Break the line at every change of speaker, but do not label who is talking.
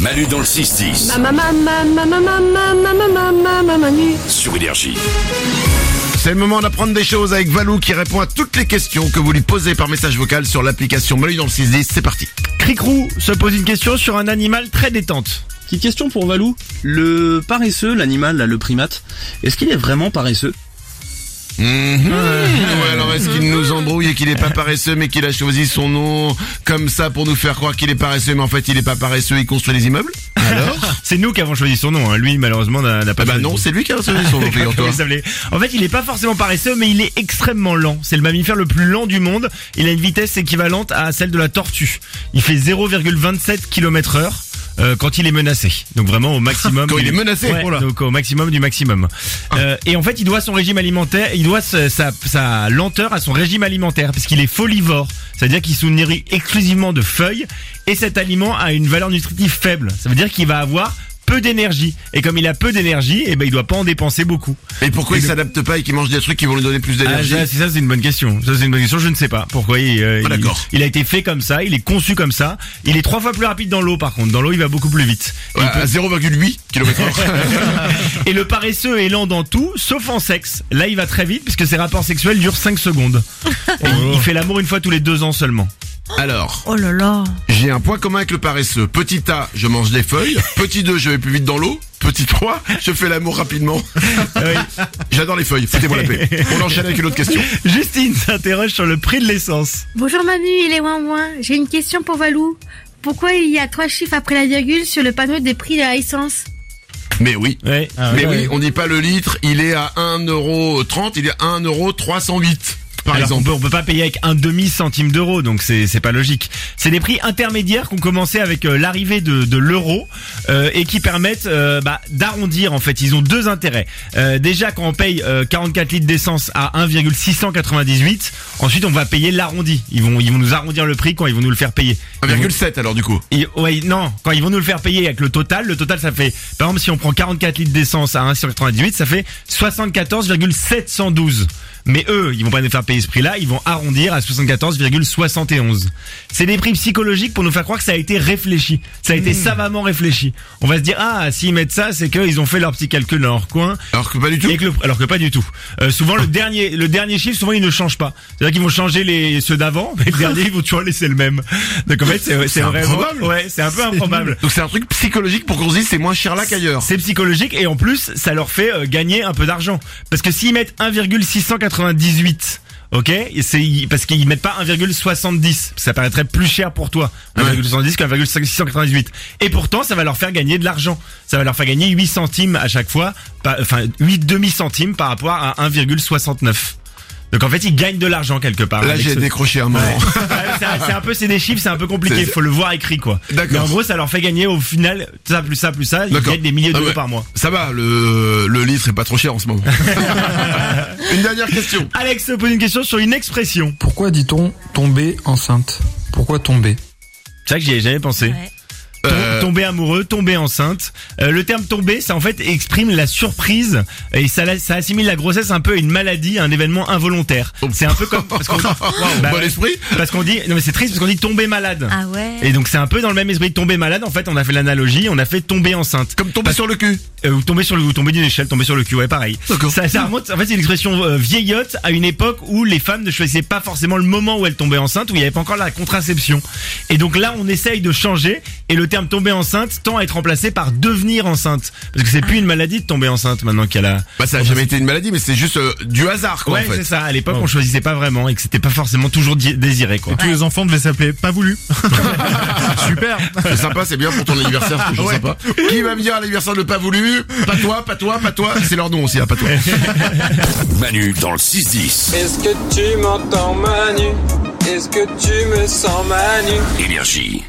Manu dans le 6-10
Ma ma ma ma ma ma ma ma ma ma ma ma ma Manu.
sur Énergie.
C'est le moment d'apprendre des choses avec Valou qui répond à toutes les questions que vous lui posez par message vocal sur l'application Manu dans le 610. C'est parti.
Cricrou se pose une question sur un animal très détente.
Petite question pour Valou. Le paresseux, l'animal, là, le primate, est-ce qu'il est vraiment paresseux
Mhm.
Ouais, alors est-ce qu'il nous embrouille et qu'il est pas paresseux mais qu'il a choisi son nom comme ça pour nous faire croire qu'il est paresseux mais en fait il est pas paresseux, il construit des immeubles Alors
Ah, C'est nous qui avons choisi son nom. hein. Lui, malheureusement, n'a n'a pas.
Ah bah
choisi
non,
son
c'est lui qui a choisi son nom,
nom.
figure-toi.
Comment il s'appelait En fait, il est pas forcément paresseux, mais il est extrêmement lent. C'est le mammifère le plus lent du monde. Il a une vitesse équivalente à celle de la tortue. Il fait 0,27 km heure. euh, quand il est menacé, donc vraiment au maximum.
Quand il est menacé, Ah.
Ouais,
oh là.
donc au maximum du maximum. Euh, et en fait, il doit son régime alimentaire, il doit sa, sa- sa lenteur à son régime alimentaire, parce qu'il est folivore, c'est-à-dire qu'il se nourrit exclusivement de feuilles, et cet aliment a une valeur nutritive faible. Ça veut dire qu'il va avoir peu d'énergie, et comme il a peu d'énergie, eh ben il doit pas en dépenser beaucoup.
Et pourquoi
Et
il
le-
s'adapte pas et qu'il mange des trucs qui vont lui donner plus
Ah,
d'énergie
ça, c'est ça, c'est une bonne question. Ça, c'est une bonne question. Je ne sais pas pourquoi il,
Ah,
euh, il-
d'accord.
il, a été fait comme ça. Il est conçu comme ça. Il est trois fois plus rapide dans l'eau, par contre. Dans l'eau, il va beaucoup plus vite. Et
Ouais,
il peut-
à 0,8 km
Et le paresseux est lent dans tout, sauf en sexe. Là, il va très vite puisque ses rapports sexuels durent 5 secondes. Et il- il fait l'amour une fois tous les deux ans seulement.
Alors,
Oh là là.
j'ai un point commun avec le paresseux. Petit A, je mange des feuilles. Petit 2, je vais plus vite dans l'eau. Petit 3, je fais l'amour rapidement. J'adore les feuilles, foutez-moi la paix. On enchaîne avec une autre question.
Justine s'interroge sur le prix de l'essence.
Bonjour Manu et les Ouin-Ouin. J'ai une question pour Valou. Pourquoi il y a trois chiffres après la virgule sur le panneau des prix de la essence
Mais oui.
Ouais.
Mais oui, on dit pas le litre, il est à 1,30€, il est à 1,308€, par
Alors qu'on
exemple.
peut- on peut pas payer avec un demi centime d'euro, donc c'est c'est pas logique. C'est des prix intermédiaires qu'on commençait avec euh, l'arrivée de, de l'euro euh, et qui permettent euh, bah, d'arrondir en fait. Ils ont deux intérêts. Euh, déjà quand on paye euh, 44 litres d'essence à 1,698, ensuite on va payer l'arrondi. Ils vont ils vont nous arrondir le prix quand ils vont nous le faire payer.
Ah,
Ils vont-
1,7 alors du coup.
et- ouais, non, quand ils vont nous le faire payer avec le total, le total ça fait, par exemple si on prend 44 litres d'essence à 1,98, ça fait 74,712. Mais eux, ils vont pas nous faire payer ce prix-là, ils vont arrondir à 74,71. C'est des prix psychologiques pour nous faire croire que ça a été réfléchi, ça a été savamment réfléchi. On va se dire, ah, s'ils mettent ça, c'est qu'ils ont fait leur petit calcul dans leur coin,
Alors que pas du tout. Ah.
et que le- alors que pas du tout. Euh, souvent le dernier, le dernier chiffre, souvent ils ne changent pas. C'est-à-dire qu'ils vont changer les ceux d'avant, mais le dernier ils vont toujours laisser le même. Donc en fait c'est c'est vraiment-
improbable.
Ouais, c'est un peu improbable.
Donc c'est un truc psychologique pour qu'on se dise c'est moins cher là qu'ailleurs.
C'est psychologique et en plus ça leur fait euh, gagner un peu d'argent parce que s'ils mettent 1,698 Ok, et c'est parce qu'ils mettent pas 1,70, ça paraîtrait plus cher pour toi, 1,70 que 1,698. Et pourtant, ça va leur faire gagner de l'argent. Ça va leur faire gagner 8 centimes à chaque fois, par- enfin 8 demi centimes par rapport à 1,69. Donc en fait, ils gagnent de l'argent quelque part.
Là
avec
j'ai
ce-
décroché un moment.
Ah, Ouais, c'est c'est un peu, c'est des chiffres, c'est un peu compliqué.
C'est-
Faut le voir écrit quoi.
D'accord.
Mais en gros, ça leur fait gagner au final ça plus ça plus ça. Ils
D'accord.
gagnent des milliers
Ah
d'euros
ouais.
par mois.
Ça va, le, le litre est pas trop cher en ce moment. Une dernière question.
Alex se pose une question sur une expression.
Pourquoi dit-on tomber enceinte Pourquoi tomber
C'est vrai que j'y avais jamais pensé. Tom-
Euh,
Tomber amoureux, tomber enceinte. Euh, le terme tomber, ça en fait exprime la surprise et ça, la- ça assimile la grossesse un peu à une maladie, à un événement involontaire.
Oh.
C'est un peu comme parce qu'on bah,
bon esprit
parce qu'on dit non mais c'est triste parce qu'on dit tomber malade.
Ah ouais
Et donc c'est un peu dans le même esprit de tomber malade. En fait, on a fait l'analogie, on a fait tomber enceinte.
Comme tomber sur le cul.
Euh, ou tomber sur le, ou tomber d'une échelle, tomber sur le cul, ouais, pareil.
D'accord.
Ça, ça remonte, en fait, c'est une expression euh, vieillotte à une époque où les femmes ne choisissaient pas forcément le moment où elles tombaient enceintes, où il n'y avait pas encore la contraception. Et donc là, on essaye de changer, et le terme tomber enceinte tend à être remplacé par devenir enceinte. Parce que c'est plus une maladie de tomber enceinte maintenant qu'elle a.
Bah ça a jamais été une maladie mais c'est juste euh, du hasard quoi
Ouais,
en fait.
c'est ça. À l'époque, on choisissait pas vraiment, et que c'était pas forcément toujours di- désiré, quoi.
Tous les enfants devaient s'appeler pas voulu. Super.
C'est sympa, c'est bien pour ton anniversaire, c'est toujours sympa. Qui va me dire à l'anniversaire de pas voulu Pas toi, pas toi, pas toi. C'est leur nom aussi, hein, pas toi.
Manu dans le 6-10.
Est-ce que tu m'entends Manu Est-ce que tu me sens Manu
Énergie.